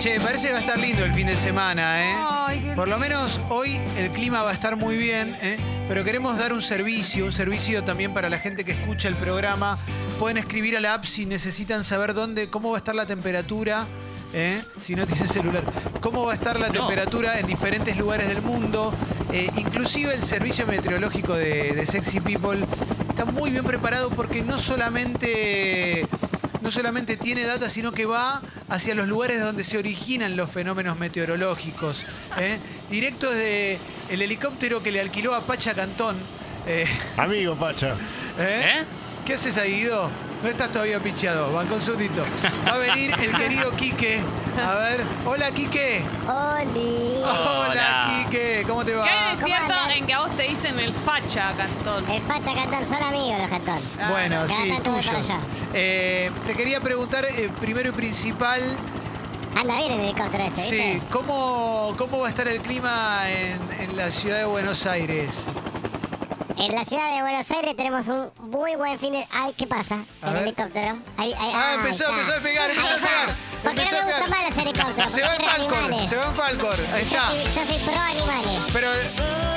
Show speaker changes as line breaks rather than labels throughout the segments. Che, parece que va a estar lindo el fin de semana, ¿eh?
Ay, qué
Por lo menos hoy el clima va a estar muy bien, ¿eh? pero queremos dar un servicio, un servicio también para la gente que escucha el programa. Pueden escribir a la app si necesitan saber dónde, cómo va a estar la temperatura, ¿eh? si no tienes celular, cómo va a estar la temperatura en diferentes lugares del mundo. Eh, inclusive el servicio meteorológico de, de Sexy People está muy bien preparado porque no solamente no solamente tiene data, sino que va hacia los lugares donde se originan los fenómenos meteorológicos. ¿eh? Directo desde el helicóptero que le alquiló a Pacha Cantón. eh,
Amigo, Pacha.
¿eh? ¿Qué haces ahí, Guido? No estás todavía picheado, van con sudito. Va a venir el querido Quique. A ver, hola Quique.
Oli.
Hola,
Hola.
Quique, ¿cómo te va?
¿Qué hay de cierto
¿Cómo Eh, andan?
en que a vos te dicen el facha, Cantón?
El facha cantón, son amigos los cantón.
Bueno,
Cada
sí,
tanto voy para
tuyos.
allá.
Eh, te quería preguntar, eh, primero y principal,
Anda bien el helicóptero este,
Sí,
¿viste?
¿cómo, cómo va a estar el clima en, en la ciudad de Buenos Aires?
En la ciudad de Buenos Aires tenemos un muy buen fin de... Ay, ¿qué pasa?
A
el
ver.
helicóptero. Ahí, ahí,
Ah, empezó,
está.
empezó a pegar, empezó a
Ahí está.
pegar,
¿Por qué
empezó a
no me
pegar.
gustan más los helicópteros?
Se va en
Porque eran
Falcor,
animales.
se va en Falcor, ahí
Yo
está.
soy, yo soy pro animales.
Pero,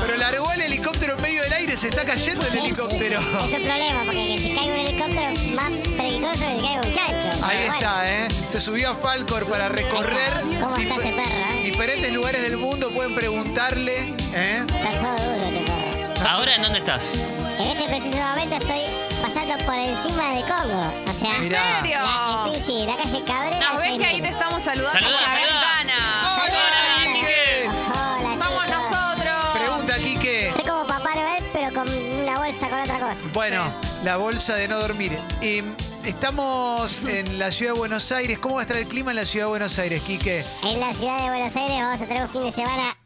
pero largó el helicóptero en medio del aire, se está cayendo el
Sí,
helicóptero.
Es un problema, porque que si cae un helicóptero, más peligroso que si cae un chancho.
Ahí
Pero bueno.
está, ¿eh? Se subió a Falcor para recorrer
¿Cómo está este perro, eh?
diferentes lugares del mundo. Pueden preguntarle, ¿eh?
Está todo duro este perro.
¿Ahora en dónde estás?
En este preciso momento estoy pasando por encima del Congo. O sea,
Mirá.
¿En serio?
la- estoy, sí, la calle Cabrera.
Nos ves que ahí
6000.
te estamos saludando
Saluda,
por la
saluda.
ventana.
¡Hola,
Hola,
Quique!
Hola,
Somos
chicos.
nosotros.
Pregunta, Quique.
Soy como Papá Noel, pero con una bolsa con otra cosa.
Bueno, la bolsa de no dormir. Eh, estamos en la ciudad de Buenos Aires. ¿Cómo va a estar el clima en la ciudad de Buenos Aires, Quique?
En la ciudad de Buenos Aires vamos a tener un fin de semana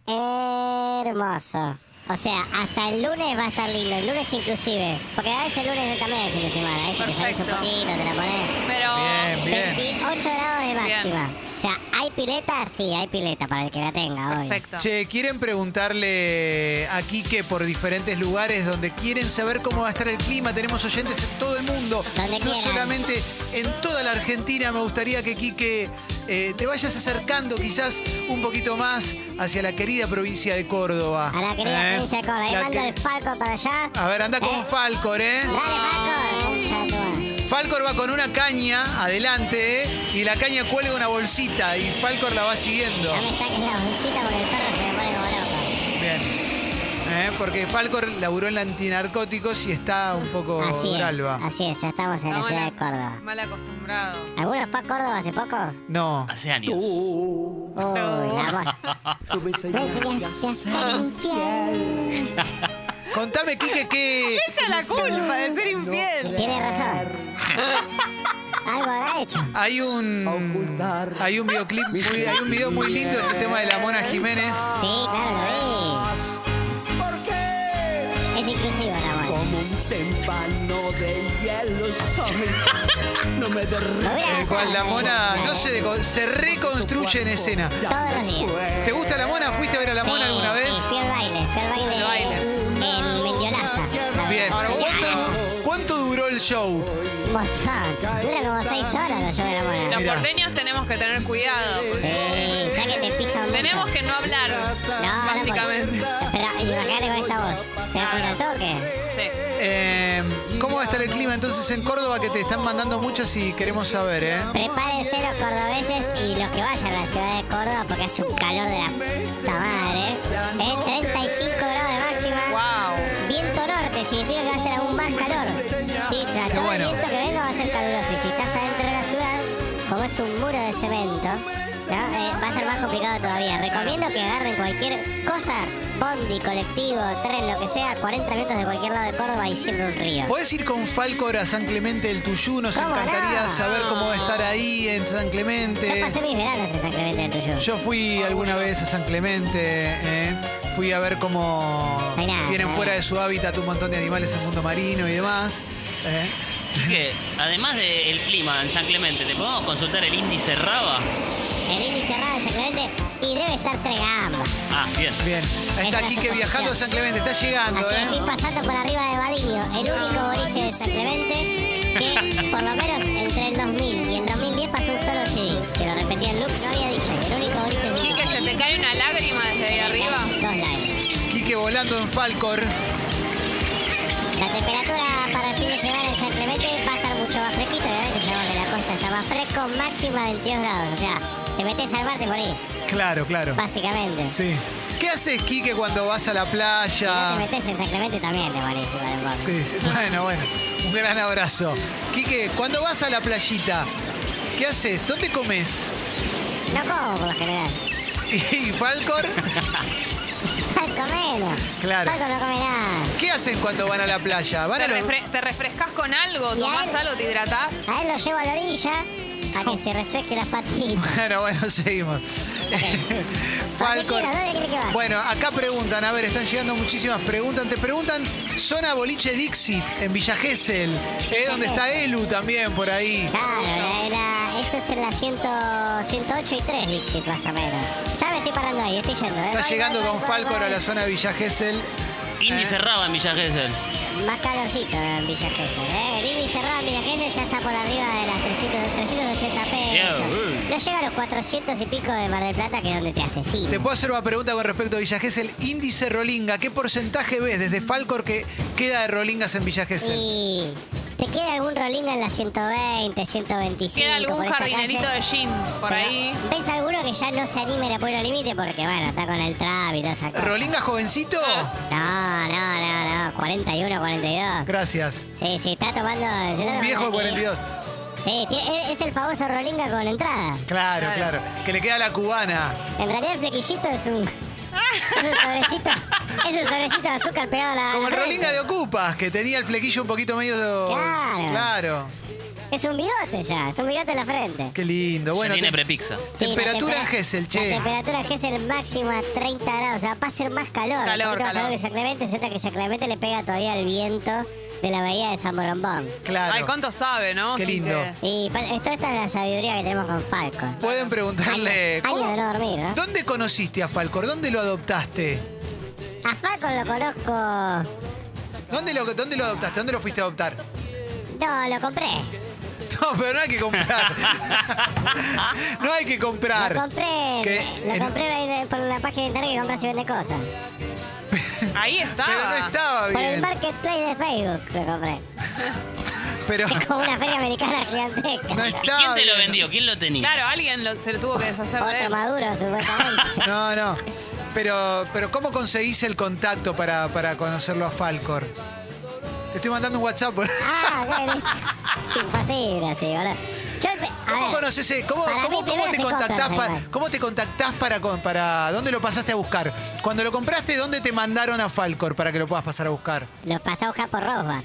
hermoso. O sea, hasta el lunes va a estar lindo, el lunes inclusive. Porque a veces el lunes también es fin de semana, ¿viste? Que salís un
Perfecto.
poquito, te la ponés.
Pero
Bien, bien.
28 grados de máxima. O sea, ¿hay pileta? Sí, hay pileta para el que la tenga hoy.
perfecto.
Che, ¿quieren preguntarle a Quique por diferentes lugares donde quieren saber cómo va a estar el clima? Tenemos oyentes en todo el mundo,
Donde
no
quieran.
solamente en toda la Argentina. Me gustaría que Quique eh, te vayas acercando quizás un poquito más hacia la querida provincia de Córdoba.
A la querida
¿Eh?
provincia de Córdoba, ahí
La
mando
que-
el Falco para allá.
A ver, anda con
Eh.
Falcor, ¿eh?
Dale, Falco. Concha de tu madre.
Falcor va con una caña adelante ¿eh? y la caña cuelga una bolsita y Falcor la va siguiendo.
No me saques la bolsita porque el perro se me pone como loco.
Bien. Eh, Porque Falcor laburó en la antinarcóticos y está un poco
Así es,
bralva.
así es, ya estamos en la
Estamos
ciudad de
mal-
Córdoba.
Mal acostumbrado.
¿Alguno fue a Córdoba hace poco?
No.
Hace años.
Uy, la amor. Me enseñaste a ser infiel.
Contame, Quique, que.
Echa la culpa de ser infiel.
Tiene razón. Algo habrá hecho.
Hay un. Hay un videoclip, muy- hay un video muy lindo de este tema de la Mona Jiménez.
Sí, claro, lo vi. Es inclusivo el amor.
Como un tempano de hielo soy. No me
Lo
derrito
voy a
En el cual Eh, la Mona no se, deco- se reconstruye en escena.
Todos los días.
¿Te gusta la Mona? ¿Fuiste a ver a la Mona
Sí,
alguna vez?
Sí, fui al baile, fui al baile,
Al baile.
en Mendiolaza. la
Bien.
verdad.
¿Cuánto, cuánto duró el show?
Un montón. Dura como seis horas los shows de la Mona.
Los
Mirá.
porteños tenemos que tener cuidado.
Sí, ya que te pisa mucho.
Tenemos que no hablar.
No, no,
Básicamente.
porque- Pero imagínate con esta voz. ¿Se da cuenta al toque?
Sí.
Eh, ¿Cómo va a estar el clima entonces en Córdoba? Que te están mandando muchos y queremos saber, ¿eh?
Prepárense los cordobeses y los que vayan a la ciudad de Córdoba porque hace un calor de la puta madre. ¿eh? Eh, 35 grados de máxima.
Wow.
Viento norte significa que va a ser aún más calor. Sí, o sea,
Qué
todo
bueno.
el viento que venga va a ser caluroso. Y si estás adentro de la ciudad, como es un muro de cemento, ¿no? Eh, va a estar más complicado todavía. Recomiendo que agarren cualquier cosa, bondi, colectivo, tren, lo que sea, 40 minutos de cualquier lado de Córdoba y siempre un río.
Podés ir con Falcor a San Clemente del Tuyú, nos
¿Cómo
encantaría
no?
saber cómo va a estar ahí en San
Yo
Clemente.
pasé mis veranos en San Clemente del Tuyú.
Yo fui alguna vez a San Clemente, ¿eh? fui a ver cómo
Ay, nada,
tienen
nada.
fuera de su hábitat un montón de animales en fondo marino y demás. ¿eh?
Quique, además del clima en San Clemente, ¿te podemos consultar el índice Raba?
El índice cerrado de San Clemente y debe estar tres gambas.
Ah, bien.
Bien, ahí está
Esa es
Quique
su
viajando a San Clemente, está llegando,
Así estoy
¿eh?
pasando por arriba de Badiño, el único boliche de San Clemente que por lo menos entre el 2000 y el 2010 pasó un solo CD. Que lo repetía en loop, no
volando en Falcor.
La temperatura para el fin de semana en San Clemente va a estar mucho más fresquito. Y ahora que estamos en la costa está más fresco, máxima 22 grados. O sea, te metes al mar por ahí,
Claro, claro.
básicamente.
Sí. ¿Qué haces, Quique, cuando vas a la
No
playa?
te metes en San Clemente también, te morís igual de poco.
Sí, sí. Bueno, bueno. Un gran abrazo. Quique, cuando vas a la playita, ¿qué haces? ¿Dónde comes?
No como por lo general.
¿Y Falcor?
Falco menos.
Claro.
Falco no come nada.
¿Qué hacen cuando van a la playa? Van
Te,
a los-
refre- te refrescas con algo,
Y
tomás
algo.
algo, te hidratás.
A él lo llevo a la orilla a que se refresque las patitas.
Bueno, bueno, seguimos. Falcor.
Donde quiera, ¿dónde querés que vaya?
Bueno, acá preguntan, a ver, están llegando muchísimas preguntas. Te preguntan, zona boliche Dixit en Villa Gesell, ¿eh? donde está Elu también por ahí.
Claro, la- la- eso es en la 100 108 y 3, Dixit, más o menos. Ya me estoy parando ahí, estoy yendo. ¿eh?
Está
Voy,
llegando
voy,
Don
voy,
Falcor
voy.
a la zona de Villa Gesell.
Indy
Eh.
cerraba en Villa Gesell.
Más calorcito en Villa Gesell, ¿eh? El Indy cerrado en Villa Gesell ya está por arriba de las 300, 380 pesos.
Yo,
No llega a los 400 y pico de Mar del Plata, que es donde te asesino.
Te puedo hacer una pregunta con respecto a Villa Gesell. Índice Rolinga, ¿qué porcentaje ves desde Falcor que queda de Rolingas en Villa Gesell?
Y te queda algún rolinga en la 120, 125.
Queda
por
algún
esa
jardinerito
calle.
de gin por
Pero,
ahí.
¿Ves alguno que ya no se anime a poner al límite? Porque, bueno, está con el trap y toda esa cosa.
¿Rolinga jovencito?
No, no, no, no. 41, 42.
Gracias.
Sí, sí, está tomando... se está
Un
tomando
viejo de
aquí.
42.
Sí, tiene- es es el famoso rolinga con entrada.
Claro, claro.
Claro.
Que le queda la cubana.
En realidad el flequillito es un... Es un sobrecito, es un sobrecito de azúcar pegado a la...
Como el
a la
Rolinga de Ocupas, que tenía el flequillo un poquito medio...
Claro.
Claro.
Es un bigote ya, es un bigote en la frente.
Qué lindo. Bueno,
tiene
te-
prepizza.
Sí, la
temperatura en
tempera-
Gesell,
La
che.
temperatura en Gesell máxima 30 grados, o sea, va a ser más calor.
Calor,
un poquito más
calor.
que San Clemente, se nota que San Clemente le pega todavía el viento de la bahía de San Borombón.
Ay,
Claro.
cuánto sabe, ¿no?
Qué
Sí,
lindo.
que-
Y pa- esto esta es la sabiduría que tenemos con Falcon.
Pueden preguntarle...
Años- años de no dormir, ¿no?
¿Dónde conociste a Falcor? ¿Dónde lo adoptaste?
A Falcon lo conozco...
¿Dónde lo, ¿Dónde lo adoptaste? ¿Dónde lo fuiste a adoptar?
No, lo compré.
No, pero no hay que comprar. no hay que
Lo
comprar.
compré.
¿Qué? En-
Lo compré en- por la página de internet que compras y vende cosas.
Ahí está.
Pero no estaba
Por el
bien.
marketplace de Facebook lo compré.
Pero
Es como una feria americana gigantesca.
no
¿Y
estaba
quién te lo
bien.
vendió? ¿Quién lo tenía?
Claro, alguien lo- se lo tuvo que deshacer de
Otro
él.
maduro, supuestamente.
No, no. Pero, pero ¿cómo conseguís el contacto para, para conocerlo a Falcor? Te estoy mandando un WhatsApp.
Ah, ok, listo. es imposible así, boludo. Yo, empe- a
¿Cómo
ver,
conoces ese? ¿Cómo,
para
cómo-
mí
cómo
primero
te
se compra
contactás
el
para,
celular.
cómo te contactás para, con- para. ¿Dónde lo pasaste a buscar? Cuando lo compraste, ¿dónde te mandaron a Falcor para que lo puedas pasar a buscar?
Los pasé a buscar por Rosbar.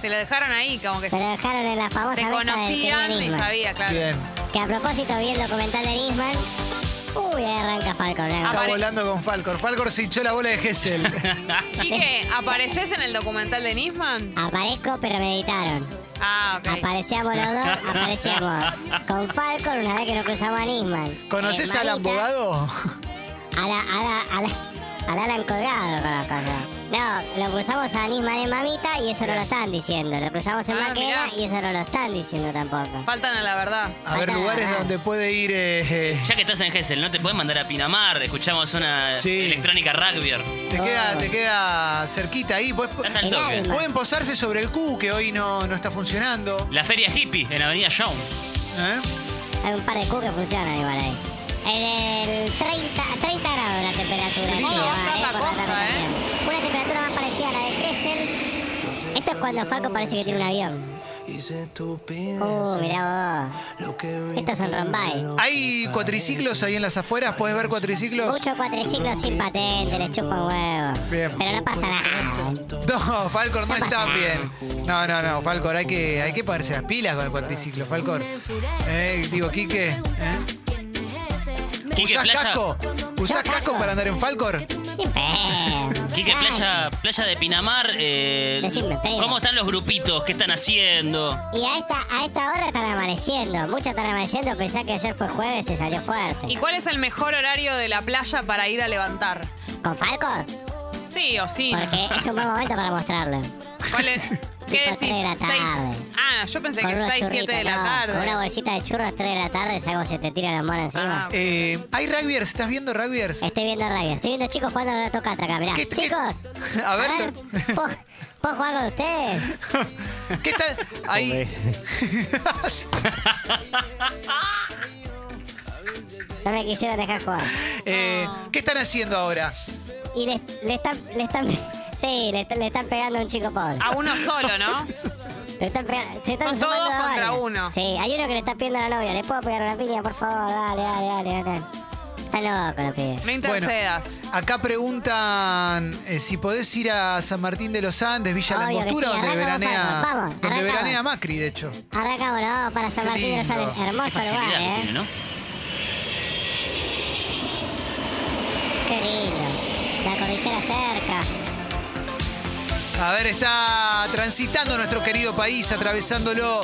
Te lo dejaron ahí, como que
Pero lo dejaron en la famosa
te
mesa del
conocían
querido
y
Nisman.
sabía, claro.
Bien.
Que a propósito vi el documental de Nisman. Uy, ahí arranca Falcon. ¿eh? ¿no?
Está
Apare-
volando con Falcor. Falcor se hinchó la bola de Gessel.
Quique, ¿apareces en el documental de Nisman?
Aparezco, pero me editaron.
Ah, ok.
Aparecíamos los dos, aparecíamos con Falcon una vez que nos cruzamos a Nisman.
¿Conoces
Eh,
al
Marita,
abogado?
A la, a la, a la, a la Alan colgado con la cosa. No, lo cruzamos a Nisman en Mamita y eso no lo están diciendo. Lo cruzamos en
Ah,
Maquena
mirá.
y eso no lo están diciendo tampoco.
Faltan a la verdad.
A ver,
Acá,
lugares
acá.
donde puede ir. eh, eh,
Ya que estás en Gesell, ¿no te puedes mandar a Pinamar? Escuchamos una
Sí.
electrónica rugby.
te, queda, te queda cerquita ahí. Podés-
Estás al
El
toque.
alma.
Pueden posarse sobre el Q, que hoy no, no está funcionando.
La feria hippie en Avenida Young.
¿eh?
Hay un par de Q que funcionan igual ahí. En el 30, 30 grados la temperatura. que
lindo.
va,
Vamos a
eh,
la
por la
costa,
tarde también. Una temperatura más parecida a la de Kessel. Esto es cuando Falco parece que tiene un avión. Uh, mirá vos. Esto es en Rombay.
Hay cuatriciclos ahí en las afueras. ¿Puedes ver cuatriciclos?
Muchos cuatriciclos sin patente, les chupa huevo.
Bien.
Pero no pasa nada.
No, Falcor no
¿Qué
está
pasa?
bien. No, no, no, Falcor, hay que, hay que ponerse las pilas con el cuatriciclo, Falcor. Eh, digo, Quique, ¿eh?
Quique
¿usás
Playa,
casco? ¿Usás casco
Yo casco.
para andar en Falcor?
Ni en pedo.
Quique
Ay,
Playa, Playa de Pinamar. eh,
Decime, Pedro.
¿Cómo están los grupitos? ¿Qué están haciendo?
Y a esta, a esta hora están amaneciendo. Muchos están amaneciendo. Pensá que ayer fue jueves y salió fuerte.
¿Y cuál es el mejor horario de la playa para ir a levantar?
¿Con Falcon?
Sí o sí.
Porque es un buen momento para mostrarlo.
¿Cuál es? ¿Qué
tipo
decís?
3 de la
Seis-
tarde.
Ah, yo pensé
Con
que
unos
6, 7
churritos,
de la
no, Con una
tarde.
bolsita de churros 3 de la tarde, salgo se te tira la mano encima.
Ah,
Eh, ¿Hay rugbyers? ¿Estás viendo rugbyers?
Estoy viendo radio, estoy viendo chicos jugando a la tocata acá, mirá.
¿Qué- qué-
chicos,
A ver,
¿puedo, puedo jugar con ustedes?
¿Qué tal? Ahí.
No me quisieron dejar jugar.
Eh,
Ah.
¿Qué están haciendo ahora?
Y le, le están, le están, sí, le, le están pegando a un chico pobre.
A uno solo, ¿no?
Le están pega- se están
Son
sumando
todos
a
contra
varios.
uno.
Sí, hay uno que le está pidiendo a la novia, ¿le puedo pegar una piña, por favor? Dale, dale, dale, dale. Está loco los pibes.
No intercedas.
Acá preguntan eh, si podés ir a San Martín de los Andes, Villa
Obvio que
Langostura,
sí,
donde
arrancamos,
veranea,
vamos, vamos,
donde
arrancamos.
veranea Macri, de hecho.
Arrancamos, ¿no? Para San
Qué
Martín de los
lindo.
Andes. Hermoso
Qué
lugar,
facilidad que
¿eh?
tiene, ¿no?
Qué lindo. La cordillera cerca.
A ver, está transitando nuestro querido país, atravesándolo.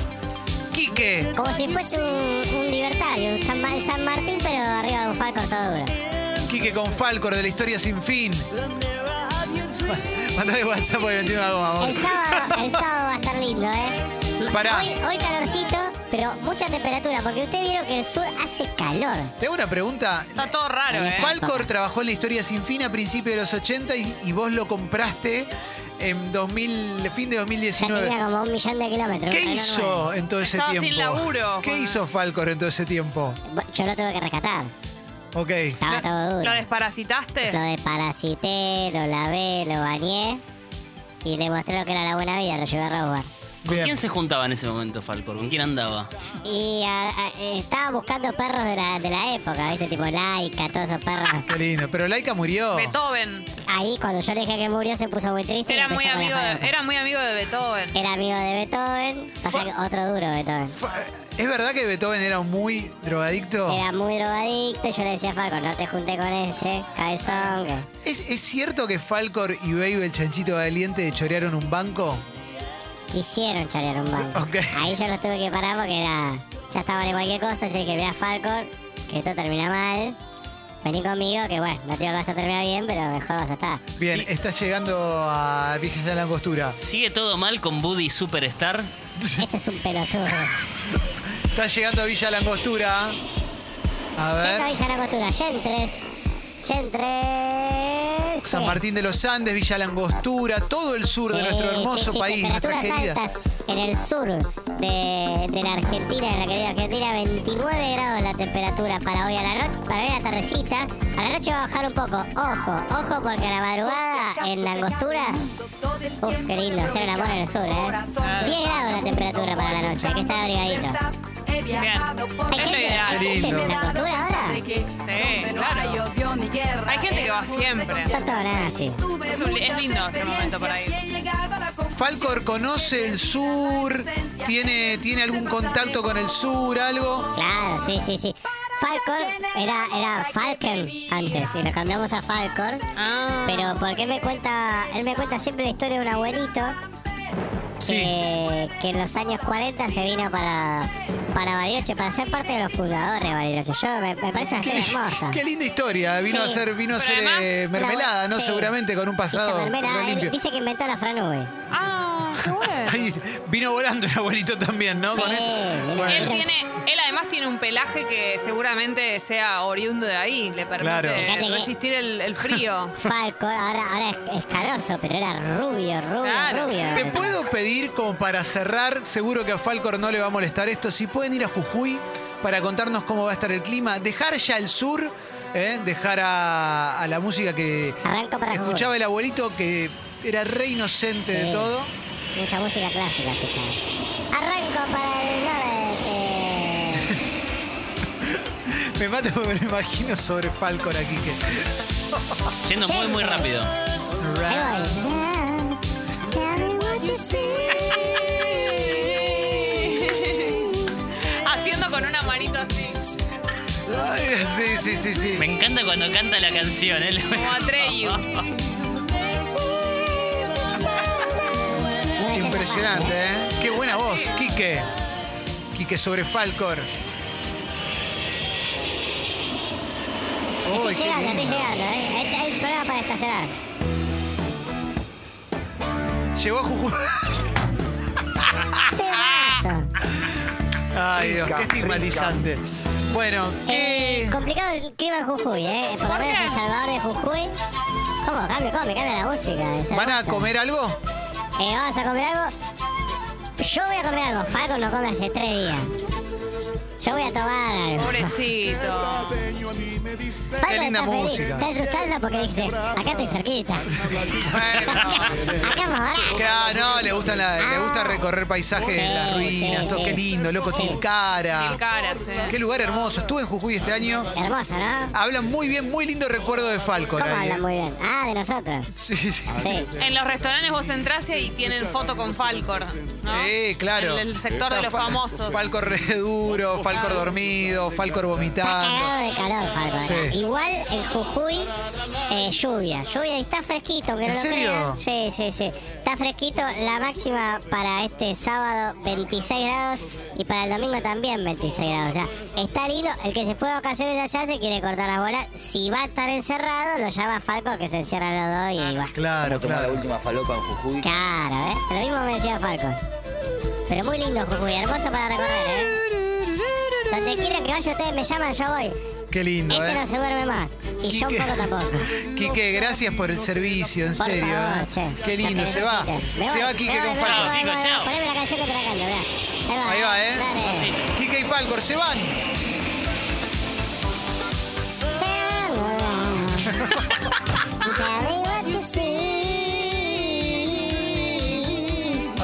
Quique,
Como si fuese un, un libertario, un San, Ma- el San Martín, pero arriba de un falco todo duro.
Quique con Falcor de la historia sin fin. Mandame WhatsApp porque no entiendo la goma,
El
vos.
sábado, el sábado va a estar lindo, ¿eh?
Pará.
Hoy, hoy calorcito, pero mucha temperatura, porque ustedes vieron que el sur hace calor.
Te hago una pregunta.
Está todo raro, ¿eh?
Falcor trabajó en la historia sin fin a principios de los 80 y, y vos lo compraste en 2000, fin de
Ya
2019.
tenía como un millón de kilómetros.
¿Qué
una
hizo en todo ese
Estaba sin
tiempo?
laburo.
¿Qué hizo Falcor en todo ese tiempo?
enorme. Yo lo tuve que rescatar.
Ok.
Estaba Ah, todo
¿Lo
duro. Lo
desparasitaste?
desparasité, lo lavé, lo bañé y le mostré lo que era la buena vida, lo llevé a robar.
¿Con
Bien.
quién se juntaba en ese momento Falcor? ¿Con quién andaba?
Y a- a- eh, estaba buscando perros de la, de la época, ¿viste? Tipo Laika, todos esos perros.
Qué lindo. Pero Laika murió.
Beethoven.
Ahí cuando yo le dije que murió se puso muy triste. y
Era
empezó
muy
con la
amigo
joda.
de, era muy amigo de Beethoven.
Era amigo de Beethoven, pasa que otro duro Beethoven.
Fa- ¿Es verdad que Beethoven era muy drogadicto?
Era muy drogadicto, yo le decía Falco, no te junté con ese, cabezón. que-".
¿Es, es cierto que Falcor y Babe, el chanchito valiente, chorearon un banco?
Quisieron chorear un banco.
Ok.
Ahí yo los tuve que parar porque era. Ya estaba de cualquier cosa. Yo dije, vea Falcor, que esto termina mal. Vení conmigo, que bueno, no te digo que vas a terminar bien, pero mejor vas a estar.
Bien,
Sí.
estás llegando a Villa de la Costura.
¿Sigue todo mal con Buddy Superstar?
Este es un pelotudo.
Está llegando a Villa Langostura. A
Yendo
ver.
a Villa La Costura, Yentres. Yentres.
San Martín de los Andes, Villa Langostura, todo el sur de
Sí,
nuestro
sí,
hermoso
sí,
país, nuestra
temperaturas
querida.
altas en el sur de, de la Argentina, de la querida Argentina, 29 grados la temperatura para hoy a la noche, para hoy a la tardecita. A la noche va a bajar un poco, ojo, ojo porque a la madrugada en la angostura, uf, qué lindo, hacer el amor en el sur, eh. 10 grados la temperatura para la noche, hay que estar abrigadito.
Bien.
Hay
Es lo
gente, hay
ideal.
Qué
gente
lindo.
en la angostura ahora,
Sí, claro. Hay gente que va siempre.
son todos nazis.
Es, un- es lindo este momento para ir.
Falcor conoce el sur, tiene, tiene algún contacto con el sur, algo.
Claro, sí, sí, sí. Falcor era, era Falcon antes y lo cambiamos a Falcor.
Ah.
Pero porque él me cuenta, él me cuenta siempre la historia de un abuelito que, que en los años 40 se vino para, para Bariloche, para ser parte de los fundadores de Bariloche. Yo me, me parece una
Qué,
historia hermosa.
qué linda historia. Vino a
Sí.
ser, vino a
Pero
ser
además,
eh,
Una
mermelada,
abue-
¿no? Segurmelada, ¿no?
sí.
Seguramente con un
Hizo
pasado.
mermelada.
re
Él
limpio.
dice que inventó la franube.
Ah, qué bueno.
Ahí vino volando el abuelito también, ¿no? Con
Sí,
esto.
vino
Bueno.
Él, tiene, él además tiene un pelaje que seguramente sea oriundo de ahí. Le permite
Claro.
Fíjate que-
resistir el, el frío.
Falcor, ahora, ahora es, es caloso, pero era rubio, rubio,
Claro,
rubio.
Te puedo pedir, como para cerrar, seguro que a Falcor no le va a molestar esto, si pueden ir a Jujuy para contarnos cómo va a estar el clima, dejar ya el sur, ¿eh? dejar a, a la música que
Arranco para Jujuy.
escuchaba el abuelito, que era re inocente de
Sí.
todo.
Mucha música clásica escuchaba. Arranco para el norte.
Me mata porque me lo imagino sobre Falcor aquí. Que...
Yendo muy, muy rápido.
Ah.
Ahí voy.
Haciendo con una manito así.
Ay, sí, sí, sí, sí.
Me encanta cuando canta la canción, ¿eh?
Como Atreyu.
No dejes
Impresionante, ¿eh? Qué buena voz, Quique. Quique sobre Falcor. Uy, qué
Estoy llegando, estoy
lindo.
llegando, ¿eh? Este es el programa para estacionar.
Llegó a Jujuy. Ah,
Temazo.
Ay, Dios, qué estigmatizante. Bueno,
Eh,
¿qué,
complicado el clima en Jujuy, ¿eh? Por,
¿Por
lo menos
qué?
en Salvador de Jujuy. ¿Cómo? Cambio, ¿cómo? Me cambia la música. es
¿van a
hermosa.
comer algo?
Eh, ¿Vamos a comer algo? Yo voy a comer algo. Falco no come hace tres días. Yo voy a tomar algo.
Pobrecito.
Falco
Qué linda
está feliz,
música.
Está en su salsa porque dice, acá estoy cerquita. acá
Bueno.
acá vamos a
Claro, no, le gusta, la- le gusta recorrer paisajes de las
Ah. Sí,
ruinas,
sí,
todo
sí.
qué lindo, loco,
Sí.
Tilcara.
Caras, eh.
Qué lugar hermoso. Estuve en Jujuy este año.
Hermoso, ¿no?
Hablan muy bien, muy lindo recuerdo de Falcon.
¿Cómo
ahí,
hablan
eh.
muy bien? Ah, de nosotros.
Sí, sí.
Sí.
En los restaurantes vos entras y tienen foto con Falcor. ¿no?
Sí, claro.
En el sector
Está
de los
Fa-
famosos.
Falcor re duro, Falcor dormido, Falcor
Está
vomitando.
cagado de calor, Falco. ¿eh?
Sí.
Igual en Jujuy, eh, lluvia. Lluvia y está fresquito, aunque no
¿En
lo
serio?
crean. Sí, sí, sí. Está fresquito. La máxima para este sábado, 26 grados. Y para el domingo también, 26 grados. O sea, está lindo. El que se fue de vacaciones allá se quiere cortar las bolas. Si va a estar encerrado, lo llama Falco, que se encierra los dos y va.
Claro,
Tomar la
claro.
última falopa en Jujuy.
Claro, ¿eh? Lo mismo me decía Falco. Pero muy lindo Jujuy, hermoso para recorrer, ¿eh? Donde quiera que vaya ustedes me llaman, yo voy.
Qué lindo,
Este
¿eh?
no se duerme más. Y yo un poco tampoco.
Quique, gracias por el servicio, en
Por
serio.
favor,
¿eh?
che.
Qué lindo,
Te
se va.
felicito. Me
Se
voy,
va
me
Quique
voy,
con
me
Falcor.
voy, me voy,
Quico, chao.
Poneme la canción que te la canto, mirá.
Ahí va, ¿eh?
Dale.
Quique y Falcor se van.
Tell me what you see.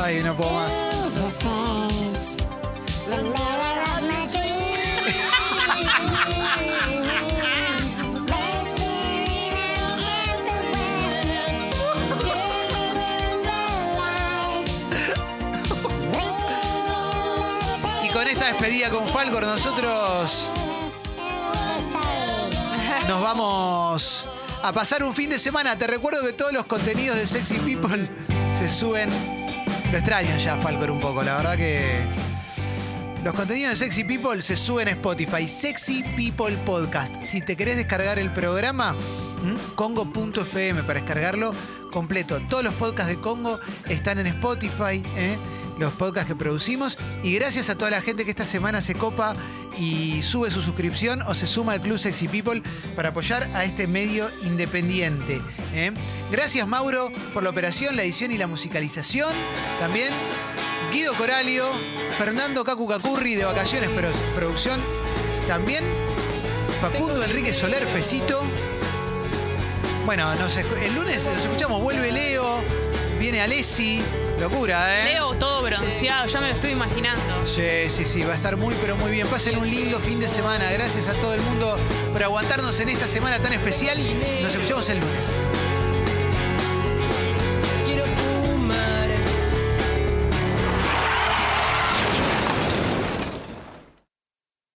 Ay, no puedo más.
In the face, the mirror of my dream. Make me realize everywhere. Give me the light.
Y con esta despedida con Falcor, nosotros nos vamos a pasar un fin de semana. Te recuerdo que todos los contenidos de Sexy People se suben. Lo extraño ya, Falcor, un poco. La verdad que. Los contenidos de Sexy People se suben a Spotify. Sexy People Podcast. Si te querés descargar el programa, ¿m? congo.fm para descargarlo completo. Todos los podcasts de Congo están en Spotify, ¿eh? los podcasts que producimos. Y gracias a toda la gente que esta semana se copa y sube su suscripción o se suma al Club Sexy People para apoyar a este medio independiente. ¿eh? Gracias Mauro por la operación, la edición y la musicalización. También Guido Coralio, Fernando Cacu Cacurri de Vacaciones pero Producción, también Facundo Enrique Soler Fecito. Bueno, nos escu- el lunes nos escuchamos, vuelve Leo, viene Alessi, locura, ¿eh?
Leo todo bronceado, ya me lo estoy imaginando.
Sí, sí, sí, va a estar muy, pero muy bien. Pasen un lindo fin de semana. Gracias a todo el mundo por aguantarnos en esta semana tan especial. Nos escuchamos el lunes.